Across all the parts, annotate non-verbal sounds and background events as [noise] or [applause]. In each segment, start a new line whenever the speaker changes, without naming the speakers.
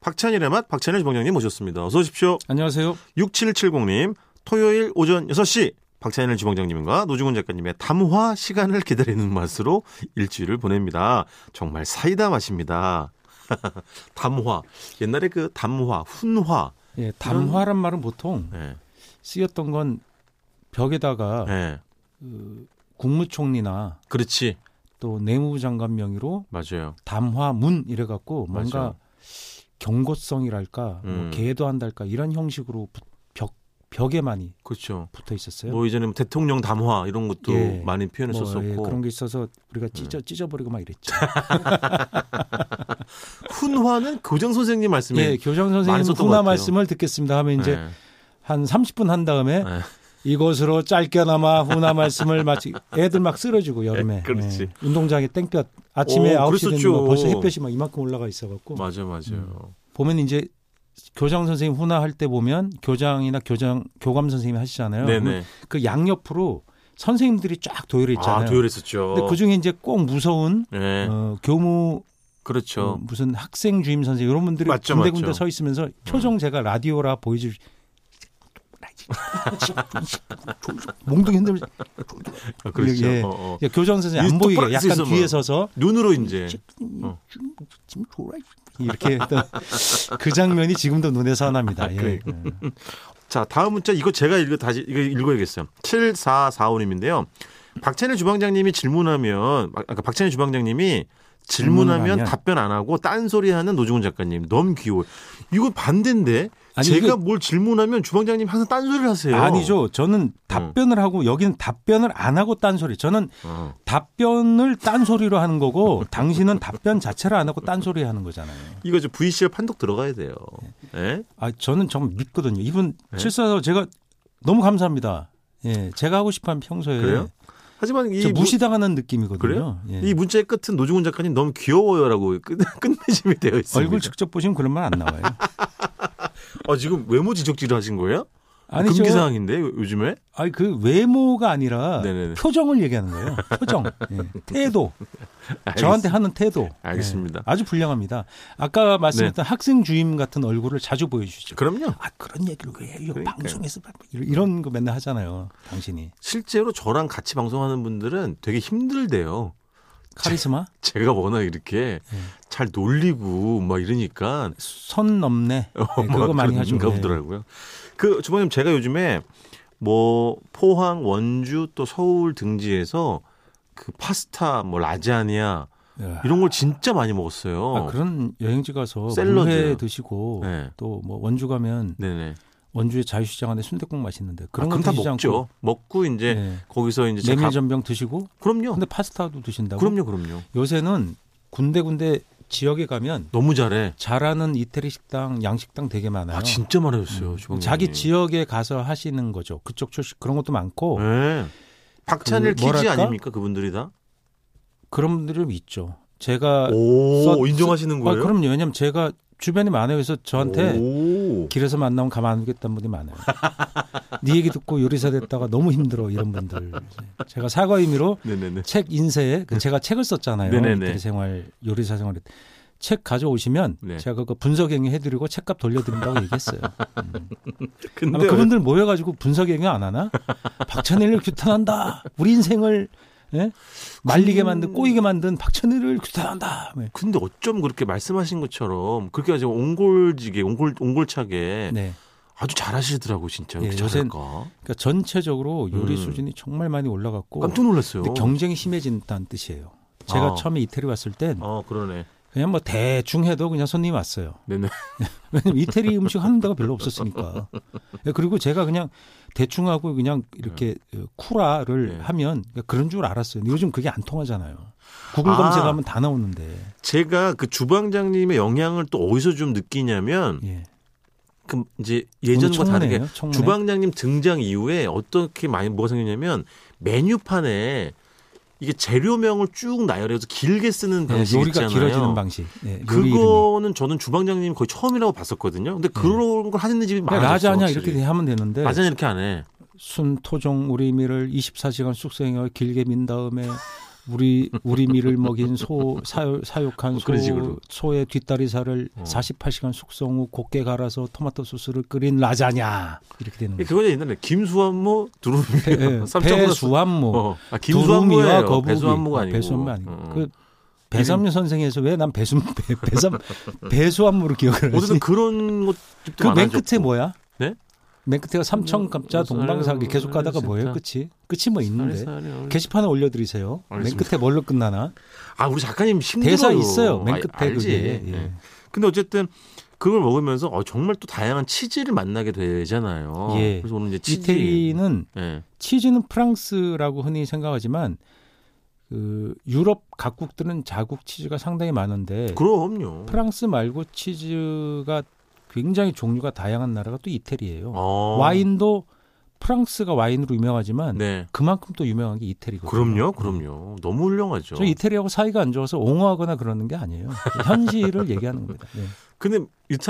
박찬일의 맛 박찬일 주방장님 모셨습니다. 어서 오십시오.
안녕하세요.
6770님 토요일 오전 6시 박찬일 주방장님과 노중훈 작가님의 담화 시간을 기다리는 맛으로 일주일을 보냅니다. 정말 사이다 맛입니다. [laughs] 담화 옛날에 그 담화 훈화
예, 담화란 말은 보통
예,
쓰였던 건 벽에다가
예,
국무총리나
그렇지
또 내무부 장관 명의로
맞아요
담화문 이래갖고 뭔가
맞아요.
경고성이랄까
음.
뭐 계도한달까 이런 형식으로 부- 벽 벽에 많이
그렇죠
붙어 있었어요.
뭐 이제는 대통령 담화 이런 것도
예.
많이
뭐,
표현했었었고 음.
예, 그런 게 있어서 우리가 찢어 찢어버리고
[laughs]
막 이랬죠.
훈화는 교장 선생님 말씀이
예, 교장
많이
선생님
썼던 것
훈화
같아요.
말씀을 듣겠습니다 하면 이제
예.
한 30분 한 다음에
네.
이것으로 짧게나마 훈화 말씀을 마치 애들 막 쓰러지고 여름에
예, 그렇지.
예, 운동장에 땡볕 아침에
오,
아홉 시 되는
그랬었죠.
거 벌써 햇볕이 막 이만큼 올라가 있어갖고
맞아 맞아요
보면 이제 교장 선생님 훈화 할때 보면 교장이나 교장 교감 선생님이 하시잖아요.
네네
그 양옆으로 선생님들이 쫙 도열해 있잖아요.
아 도열했었죠
근데 그 중에 이제 꼭 무서운
예
어, 교무
그렇죠
어, 무슨 학생 주임 선생 이런 분들이
맞죠,
군데군데
맞죠.
서 있으면서 표정 제가 라디오라 보여줄 몽둥이 흔들면서
아, 그렇죠
예.
어, 어.
이제 교장 선생님
이게
안 보이게
똑바로 서
약간
있어,
뒤에
뭐.
서서
눈으로 이제 어.
이렇게 했던 그 장면이 지금도 눈에
아,
선합니다. 예. 예.
자, 다음 문자 이거 제가 읽어 다시 이거 읽어야겠어요. 7445님인데요. 박찬일 주방장님이 질문하면 아, 아까 박찬일 주방장님이 질문하면
질문하면.
답변 안 하고 딴소리 하는 노중훈 작가님 너무 귀여워. 이거 반대인데
아니,
제가
이거-
뭘 질문하면 주방장님 항상 딴소리를 하세요. 음.
아니죠. 저는 답변을 하고 여기는 답변을 안 하고 딴소리. 저는
어.
답변을 딴소리로 하는 거고 당신은 답변 자체를 안 하고 딴소리 하는 거잖아요.
이거 저 VCR 판독 들어가야 돼요. 예?
아 저는 정말 믿거든요. 이분
네.
실수해서 제가 너무 감사합니다. 예, 제가 하고 싶은 평소에
그래요? 하지만 이
예. 저
무-
무시당하는 느낌이거든요.
그래요?
예.
이 문자의 끝은 노중훈 작가님 너무 귀여워요라고 끝- [laughs] 끝내심이 되어 있습니다.
얼굴 직접 보시면 그런 말 안
[laughs]
나와요.
아, 지금 외모 지적질을 하신 거예요?
아니
금기
저,
상황인데 요즘에?
아니 그 외모가 아니라
네네네.
표정을 얘기하는 거예요. 표정,
[laughs]
예. 태도, 저한테 하는 태도.
알겠습니다. 네.
예. 아주 불량합니다. 아까 말씀했던 학생 주임 같은 얼굴을 자주 보여주시죠.
그럼요.
아 그런 얘기를 왜 해요?
그러니까요.
방송에서 이런 거 맨날 하잖아요. 당신이
실제로 저랑 같이 방송하는 분들은 되게 힘들대요.
카리스마
제가 워낙
예.
이렇게 잘 놀리고 막 이러니까 [laughs]
선 넘네.
뭐
네, 그거 많이 하죠.
가
네.
보더라고요. 그 주방님 제가 요즘에 뭐 포항, 원주 또 서울 등지에서 그 파스타, 뭐 라자냐
야.
이런 걸 진짜 많이 먹었어요.
네. 아, 그런 여행지 가서
샐러드.
물회 드시고
네.
또 뭐 원주 가면
네네. 아,
원주의 자유시장 안에 순대국 맛있는데
그럼
그런 거
다
드시지
먹죠.
않고
먹고 이제
네.
거기서 이제 제가 가-
메밀전병 드시고
그럼요.
근데 파스타도 드신다고.
그럼요, 그럼요.
요새는 군데군데 지역에 가면
너무 잘해.
잘하는 이태리 식당, 양식당 되게 많아요. 음.
아 진짜 말해줬어요. 주방장님.
자기 지역에 가서 하시는 거죠. 그쪽 출신 그런 것도 많고
네. 박찬일
그
키즈
뭐랄까?
아닙니까 그분들이 다?
그런 분들이 좀 있죠. 제가
오
아, 써-
인정하시는
아,
거예요?
그럼요. 왜냐면 제가 주변이 많아요. 그래서 저한테
오.
길에서 만나면 가만 안 두겠다는 분이 많아요. 네 얘기 듣고 요리사 됐다가 너무 힘들어 이런 분들. 제가 사과 의미로 [laughs]
네네네.
책 인쇄에 그 제가 책을 썼잖아요.
네네네.
이태리 생활 요리사 생활에 책 가져오시면
네.
제가 그거 분석행위 해드리고 책값 돌려드린다고 얘기했어요. 음. 아마
[laughs] 근데
그분들 모여가지고 분석행위 안 하나? 박찬일을 규탄한다. 우리 인생을 예? 말리게
그-
만든 꼬이게 만든 박찬일을 규탄한다. 네.
근데 어쩜 그렇게 말씀하신 것처럼 그렇게 아주 옹골지게 옹골 옹골차게
네.
아주 잘하시더라고 진짜. 왜
예,
이렇게
요샌-
잘할까?
그러니까 전체적으로 요리
음.
수준이 정말 많이 올라갔고
깜짝 놀랐어요.
뭐 근데 경쟁이 심해진다는 뜻이에요. 제가
아.
처음에 이태리 왔을 땐
아 그러네.
그냥 뭐 대충 해도 그냥 손님 왔어요.
네네. [laughs]
왜냐면 이태리 음식 하는 데가 별로 없었으니까. 예, 그리고 제가 그냥 대충 하고 그냥 이렇게
예.
쿠라를
네.
하면 그런줄 알았어요. 근데 요즘 그게 안 통하잖아요. 구글
아.
검색하면 다 나오는데.
제가 그 주방장님의 영향을 또 어디서 좀 느끼냐면
예.
그 이제 예전과
오늘
다르게
청래예요? 청래?
주방장님 등장 이후에 어떻게 많이 뭐가 생겼냐면 메뉴판에 이게 재료명을 쭉 나열해서 길게 쓰는
예,
방식
요리가
있잖아요.
길어지는 방식. 예, 요리 이름이.
그거는 저는 주방장님 거의 처음이라고 봤었거든요. 근데 그런 걸 하는 집이 많아요.
그러니까 라자냐 이렇게 하면 되는데
라자냐 이렇게 안 해.
순 토종 오리미를 24시간 숙성해 길게 민 다음에 우리 우리 미를 먹인 소 사요, 사육한
뭐
소
그런 식으로.
소의 뒷다리살을
어.
48시간 숙성 후 곱게 갈아서 토마토 소스를 끓인 라자냐 이렇게 되는
[laughs]
거예요. 예,
그거죠 옛날에 김수한무 두루미
음. 네, 배수한무
어. 아,
두루미와
김수한무예요.
거북이
배수한무가
어,
아니고.
배수한무 아니고
음, 음.
그 배삼류 선생에서 왜 난 배수 배, 배삼 배수한무를 기억을
어쨌든
하지?
그런 것집도
그 맨 끝에
많아졌고. 뭐
뭐야?
네?
맨 끝에가 삼청감자
무슨
동방사기
알고
계속 가다가
알고
뭐예요? 끝이 끝이 뭐 있는데
아니, 아니, 아니.
게시판에 올려드리세요.
알겠습니다.
맨 끝에 뭘로 끝나나?
아 우리 작가님 힘들어요.
대사 있어요. 맨
아,
끝에
알지.
그게. 예.
네. 근데 어쨌든 그걸 먹으면서 어, 정말 또 다양한 치즈를 만나게 되잖아요.
예.
그래서 오늘 이제 치즈.
이태리는
예.
치즈는 프랑스라고 흔히 생각하지만 그 유럽 각국들은 자국 치즈가 상당히 많은데
그럼요.
프랑스 말고 치즈가 굉장히 종류가 다양한 나라가 또 이태리예요.
어.
와인도 프랑스가 와인으로 유명하지만
네.
그만큼 또 유명한 게
그럼요,
이태리거든요.
그럼요. 너무 훌륭하죠.
저 이태리하고 사이가 안 좋아서 옹호하거나 그러는 게 아니에요. 현실을 [laughs] 얘기하는 겁니다. 예.
근데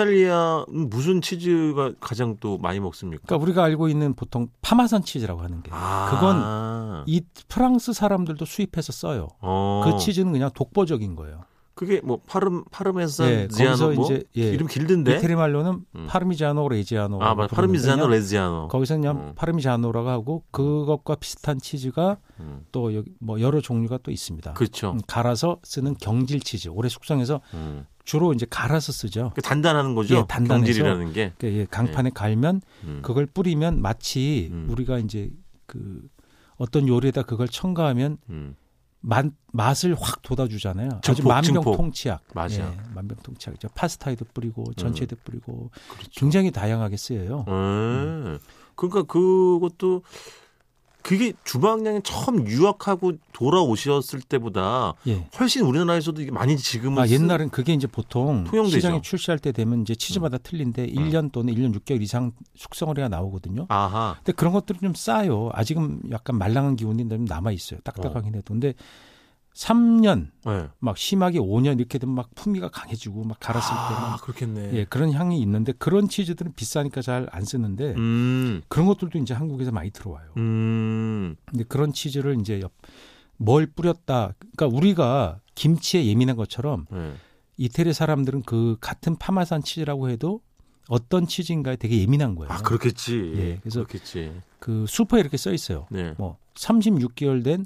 이탈리아는 무슨 치즈가 가장 또 많이 먹습니까?
그러니까 우리가 알고 있는 보통 파마산 치즈라고 하는 게
아.
이 프랑스 사람들도 수입해서 써요.
어.
그 치즈는 그냥 독보적인 거예요.
그게 뭐 파름 파르메산
예,
지아노
거기서
뭐
이제 예,
이름 길던데.
이태리 말로는
음.
파르미자노 레지아노.
아, 맞아. 파르미지아노 레지아노.
거기서 그냥
음.
파르미자노라고 하고 그것과 비슷한 치즈가
음.
또 여기 뭐 여러 종류가 또 있습니다.
그렇죠.
음, 갈아서 쓰는 경질 치즈. 오래 숙성해서
음.
주로 이제 갈아서 쓰죠.
그 단단한 거죠.
예, 단단해서.
경질이라는 게.
그러니까 예, 강판에 갈면
음.
그걸 뿌리면 마치
음.
우리가 이제 그 어떤 요리에다 그걸 첨가하면
음.
맛, 맛을 확 돋아주잖아요. 아주
증폭,
만병통치약.
맞아요.
예, 만병통치약이죠. 파스타에도 뿌리고 전체에도 뿌리고
그렇죠.
굉장히 다양하게 쓰여요.
음. 그러니까 그것도 그게 주방장이 처음 유학하고 돌아오셨을 때보다
예.
훨씬 우리나라에서도 이게 많이 지금은
아,
쓰-
옛날엔 그게 이제 보통
통용되죠.
시장에 출시할 때 되면 이제
음.
치즈마다 틀린데 1년 또는 1년 6개월 이상 숙성을 해야 나오거든요.
아하.
근데 그런 것들은 좀 싸요. 아직은 약간 말랑한 기운이 좀 남아 있어요. 딱딱하긴 해도. 근데 3년
네.
막 심하게 5년 이렇게 되면 막 풍미가 강해지고 막 갈았을
아,
때는
그렇겠네.
예, 그런 향이 있는데 그런 치즈들은 비싸니까 잘 안 쓰는데
음.
그런 것들도 이제 한국에서 많이 들어와요.
음.
근데 그런 치즈를 이제 옆- 뭘 뿌렸다. 그러니까 우리가 김치에 예민한 것처럼
네.
이태리 사람들은 그 같은 파마산 치즈라고 해도 어떤 치즈인가에 되게 예민한 거예요.
아, 그렇겠지.
예,
그래서
그래서-
그렇겠지.
그 수퍼에 이렇게 써 있어요.
네.
뭐 36개월 된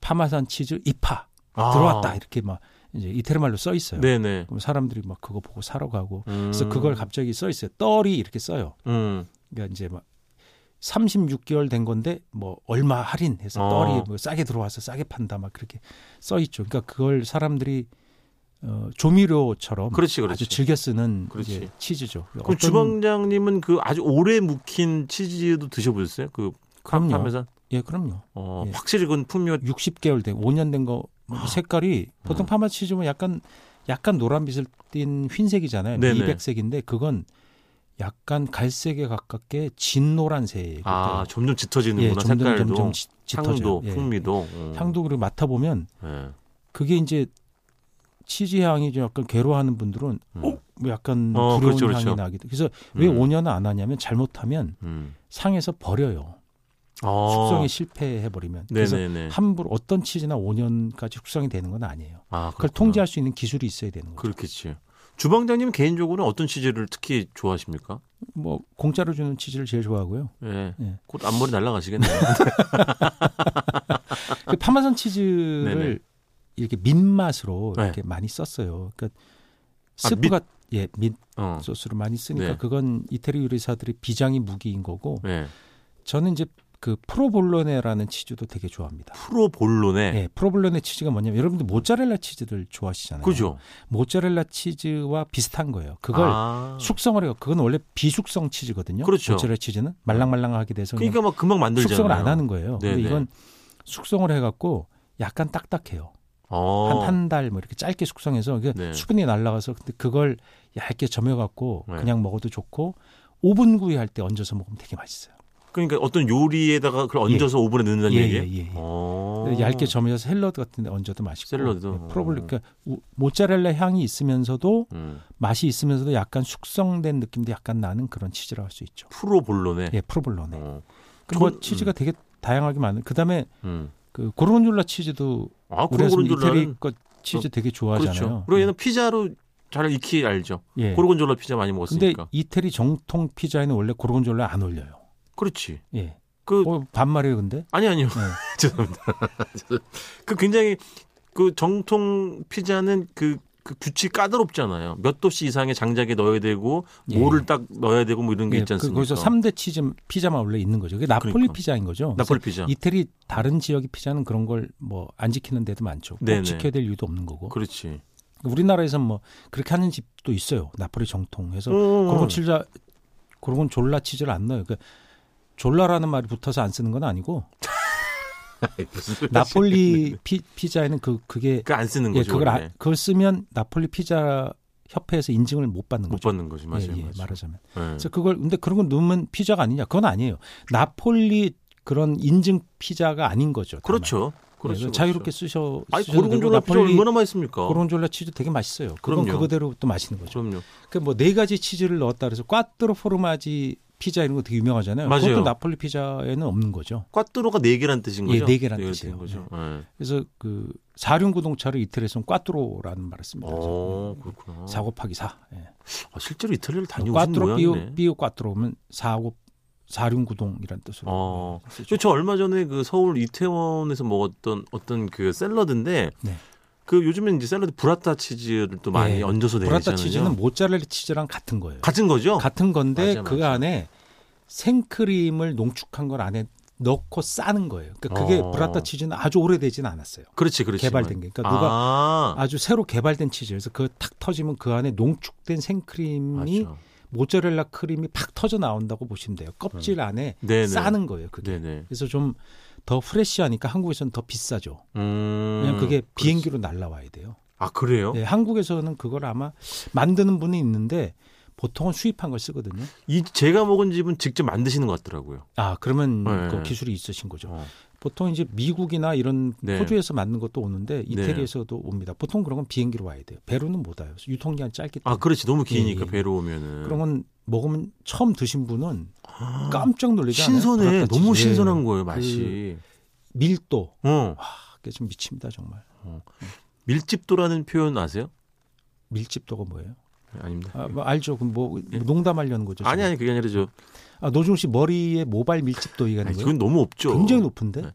파마산 치즈 이파
아.
들어왔다 이렇게 막 이제 이태리 말로 써 있어요.
네, 네.
그럼 사람들이 막 그거 보고 사러 가고
음.
그래서 그걸 갑자기 써 있어요. 떨이 이렇게 써요.
음.
그러니까 이제 막 36개월 된 건데 뭐 얼마 할인해서
어.
떨이 뭐 싸게 들어와서 싸게 판다 막 그렇게 써 있죠. 그러니까 그걸 사람들이 어, 조미료처럼
그렇지, 그렇지.
아주 즐겨 쓰는
그렇지.
이제 치즈죠.
그럼 주방장님은 그 아주 오래 묵힌 치즈도 드셔보셨어요? 그
그럼요.
파메산?
예, 그럼요.
어,
예.
확실히 그건 풍미가
60개월 된 5년 된 거뭐
아.
색깔이
음.
보통 파마 치즈면 뭐 약간 약간 노란빛을 띤 흰색이잖아요.
네네.
200색인데 그건 약간 갈색에 가깝게 진노란색.
아 점점 짙어지는구나
예, 점점
색깔도
점점 짙- 짙어져요.
향도
예.
풍미도 음.
향도 그리고 맡아 보면
예.
그게 이제 치즈 향이 좀 약간 괴로워하는 분들은
음.
어? 뭐 약간
어,
두려운
그렇죠, 그렇죠.
향이 나기도. 그래서 왜
음.
5년은 안 하냐면 잘못하면
음.
상에서 버려요.
어.
아, 숙성이 실패해 버리면. 그래서
네네네
함부로 어떤 치즈나 5년까지 숙성이 되는 건 아니에요.
아
그걸
그렇구나.
통제할 수 있는 기술이 있어야 되는 거죠.
그렇겠지 주방장님 개인적으로는 어떤 치즈를 특히 좋아하십니까?
뭐 공짜로 주는 치즈를 제일 좋아하고요.
예.
예.
곧 앞머리
[laughs]
날아가시겠네요.
그 파마산 치즈를
아. 네네.
이렇게 민맛으로
네.
이렇게 많이 썼어요. 그러니까
아,
스프가 예, 민
어.
소스로 많이 쓰니까
네.
그건 이태리 요리사들이 비장의 무기인 거고
예.
저는 이제 그 프로볼로네라는 치즈도 되게 좋아합니다.
프로볼로네.
예, 프로볼로네 치즈가 뭐냐면 여러분들 모짜렐라 치즈들 좋아하시잖아요.
그죠?
모짜렐라 치즈와 비슷한 거예요. 예. 그걸
아.
숙성을 해요. 그건 원래 비숙성 치즈거든요.
그렇죠.
모짜렐라 치즈는 말랑말랑하게 돼서 그냥
그러니까 막 금방 만들잖아요.
숙성을 안 하는 거예요.
네네.
근데 이건 숙성을 해갖고 약간 딱딱해요.
어.
한 한 달 뭐 이렇게 짧게 숙성해서 이게
네.
수분이 날라가서 근데 그걸 얇게 점여갖고
네.
그냥 먹어도 좋고 오븐 구이할 때 얹어서 먹으면 되게 맛있어요.
그러니까 어떤 요리에다가 그걸 얹어서 오븐에 넣는다는
예,
얘기예요?
예, 예, 예.
어.
근데 얇게 점여서 샐러드 같은데 얹어도 맛있고
샐러드도? 어.
네, 프로볼리 그러니까 우- 모짜렐라 향이 있으면서도
음.
맛이 있으면서도 약간 숙성된 느낌도 약간 나는 그런 치즈라고 할 수 있죠.
프로볼로네.
예, 프로볼로네.
어.
그뭐
저건-
치즈가 되게 다양하게 많은. 그다음에
음.
그 고르곤졸라 치즈도
아,
우리가 좀 이태리
고르곤졸라는
것 치즈
그-
되게
그렇죠.
좋아하잖아요.
그리고 얘는 피자로 잘 익히 알죠.
예.
고르곤졸라 피자 많이
근데
먹었으니까.
이태리 정통 피자에는 원래 고르곤졸라 안 올려요.
그렇지.
예.
그
어, 반말이에요, 근데.
아니 아니요.
네.
죄송합니다. 그 굉장히 그 정통 피자는 그, 그 규칙 까다롭잖아요. 몇 도씨 이상의 장작에 넣어야 되고
예.
모를 딱 넣어야 되고 뭐 이런 게
예,
있지
그-
않습니까?
거기서 삼대 치즈 피자만 원래 있는 거죠. 그게 나폴리
그러니까.
피자인 거죠.
나폴리 피자.
이태리 다른 지역의 피자는 그런 걸 뭐 안 지키는 데도 많죠. 꼭
네네.
지켜야 될 이유도 없는 거고.
그렇지.
우리나라에선 뭐 그렇게 하는 집도 있어요. 나폴리 정통해서
어,
고르곤 칠자 고르곤 졸라 치즈를 안 넣어요. 그 졸라라는 말이 붙어서 안 쓰는
[laughs]
건 아니고
무슨 소리야.
나폴리 피, 피자에는 그
[laughs]
그게
그안 쓰는
예,
거죠.
그걸 아,
원래.
그걸 쓰면 나폴리 피자 협회에서 인증을 못 받는
못
거죠.
받는 거지 음, 맞아요.
예, 예,
맞아요.
말하자면.
예.
그래서 그걸 근데 그런 건 넣으면 피자가 아니냐? 그건 아니에요. 나폴리 그런 인증 피자가 아닌 거죠. 다만.
그렇죠.
예, 그래서
그렇죠.
자유롭게 쓰셔.
아니
쓰셔도
고르곤졸라
되고
피자 얼마나 맛있습니까?
고르곤졸라 치즈 되게 맛있어요. 그건
그럼요.
그거대로또 맛있는 거죠.
그럼요.
그 뭐 네 가지 치즈를 넣었다 그래서 꽈뚜로 포르마지 피자 이런 거 되게 유명하잖아요.
맞아요.
그것도 나폴리 피자에는 없는 거죠.
꽈뚜로가 네 개란 뜻인
예,
거죠.
네 개란
개란
뜻이에요.
거죠. 예.
그래서 그 사륜 구동차를 이태리에서는 꽈뚜로라는 말을 씁니다.
어, 그렇구나.
사 곱하기 사. 예.
아, 실제로 이탈리아를 다녀오신
뭐 꽈뚜로
모양이네.
삐오 삐오 꽈뚜로면 사곱 사륜 구동이라는 뜻으로.
어. 저,
쓰죠.
저 얼마 전에 그 서울 이태원에서 먹었던 어떤 그 샐러드인데
네.
그 요즘엔 이제 샐러드 브라타 치즈를 또 많이
예.
얹어서 내잖아요.
브라타 치즈는 모짜렐라 치즈랑 같은 거예요.
같은 거죠?
같은 건데
어, 맞아,
그
맞아.
안에 생크림을 농축한 걸 안에 넣고 싸는 거예요. 그러니까 그게
어.
브라타 치즈는 아주 오래되진 않았어요.
그렇지, 그렇지.
개발된 게. 그러니까 누가
아,
아주 새로 개발된 치즈여서 그 탁 터지면 그 안에 농축된 생크림이
맞아.
모짜렐라 크림이 팍 터져 나온다고 보시면 돼요. 껍질 안에
음. 네네.
싸는 거예요. 그게.
네네.
그래서 좀 더 프레시하니까 한국에서는 더 비싸죠.
음.
왜냐면 그게
그렇지.
비행기로 날라와야 돼요.
아, 그래요?
네, 한국에서는 그걸 아마 만드는 분이 있는데 보통은 수입한 걸 쓰거든요.
이 제가 먹은 집은 직접 만드시는 것 같더라고요.
아 그러면
네.
그 기술이 있으신 거죠.
어.
보통 이제 미국이나 이런
네.
호주에서 만든 것도 오는데 이태리에서도 옵니다. 보통 그런 건 비행기로 와야 돼요. 배로는 못 와요. 유통기한 짧기 때문에.
아, 네. 그렇지. 너무
예,
기니까
예.
배로 오면은. 아.
그런 건 먹으면 처음 드신 분은 깜짝 놀라지 않아요?
신선해.
브라타
너무
치즈.
신선한 거예요, 맛이.
예. 밀도.
어.
와, 그게 좀 미칩니다, 정말.
밀집도라는 표현 아세요?
밀집도가 뭐예요?
아닙니다.
아, 뭐 알죠. 그럼 뭐 농담하려는 거죠.
예. 아니
지금?
아니 그게 아니라 저
아, 노중 씨 머리에 모발 밀집도 얘기하는
아니,
거예요?
그건 너무 없죠.
굉장히 높은데.
네.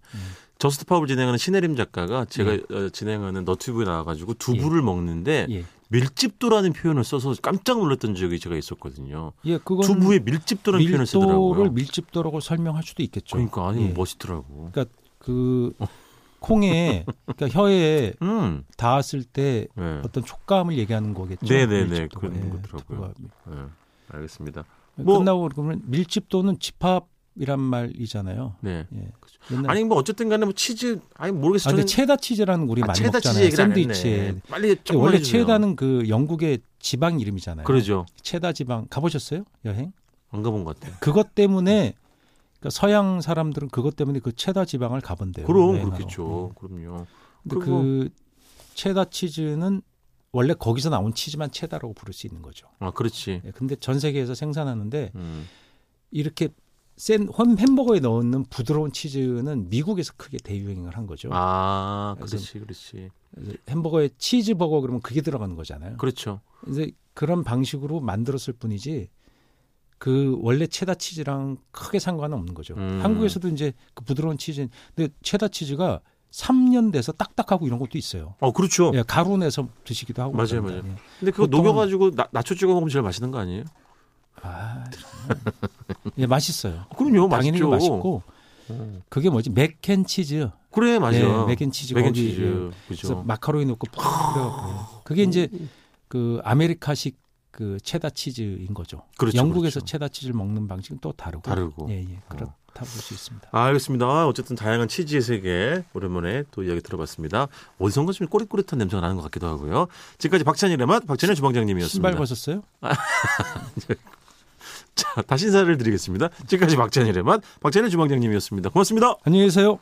저스트팝을 진행하는 신혜림 작가가 제가 어, 진행하는 너튜브에 나와가지고 두부를 먹는데
예.
밀집도라는 표현을 써서 깜짝 놀랐던 적이 제가 있었거든요.
예, 그건
두부에 밀집도라는 표현을
밀도를
쓰더라고요.
밀집도라고 설명할 수도 있겠죠.
그러니까 아니
예.
멋있더라고.
그러니까 그 콩에 그러니까 혀에
음.
닿았을 때
네.
어떤 촉감을 얘기하는 거겠죠.
네네네,
밀집도가.
그런
예,
거더라고요.
두부가
네. 알겠습니다. 뭐-
끝나고 그러면 밀집도는 집합이란 말이잖아요.
네.
예.
그죠.
옛날-
아니 뭐 어쨌든간에 뭐 치즈 아니 모르겠어요.
아, 근데
저는-
체다 치즈라는 거 우리
아,
많이
체다 치즈
먹잖아요.
얘기를 안
샌드위치에.
했네. 빨리
근데
조금만
원래
해주세요. 그렇죠.
체다는 그 영국의 지방 이름이잖아요.
그러죠.
체다 지방 가보셨어요? 여행?
안 가본 것 같아요.
그것 때문에 그러니까 서양 사람들은 그것 때문에 그 체다 지방을 가본대요.
그럼
여행하러.
그렇겠죠. 그럼요.
네.
뭐.
근데
그거-
그 체다 치즈는 원래 거기서 나온 치즈만 체다라고 부를 수 있는 거죠.
아 그렇지.
예, 근데 전 세계에서 생산하는데
음.
이렇게 센 햄- 햄버거에 넣는 부드러운 치즈는 미국에서 크게 대유행을 한 거죠.
아
그래서-
그렇지 그렇지.
그래서 햄버거에 치즈버거 그러면 그게 들어가는 거잖아요.
그렇죠.
이제 그런 방식으로 만들었을 뿐이지 그 원래 체다 치즈랑 크게 상관은 없는 거죠.
음.
한국에서도 이제 그 부드러운 치즈, 근데 체다 치즈가 3년 돼서 딱딱하고 이런 것도 있어요.
어 그렇죠.
예, 가루 내서 드시기도 하고
맞아요,
그럽니다. 예.
근데 그거
보통은-
녹여가지고 나, 나초 찍어 먹으면 제일 맛있는 거 아니에요?
아, 정말. 예, 맛있어요.
아, 그럼요,
당연히
맛있죠.
맛있고
음.
그게 뭐지? 맥앤치즈.
그래 맞아요.
예, 맥앤치즈 거기 예.
맥앤치즈
그래서
그죠. 아. 음,
마카로니 넣고 팍 뿌려갖고 그게 이제 그 아메리카식 그 체다 치즈인 거죠.
그렇죠,
영국에서
그렇죠.
체다 치즈를 먹는 방식은 또 다르고.
다르고. 어.
예, 예. 그렇다 볼 수 있습니다.
아, 알겠습니다. 아, 어쨌든 다양한 치즈의 세계 오랜만에 또 이야기 들어봤습니다. 어디선가 좀 꼬릿꼬릿한 냄새가 나는 것 같기도 하고요. 지금까지 박찬일의 맛 박찬일 주방장님이었습니다. [laughs]
신발 벗었어요?
자, 다시 인사를 드리겠습니다. 지금까지 박찬일의 맛 박찬일 주방장님이었습니다. 고맙습니다.
안녕히 계세요.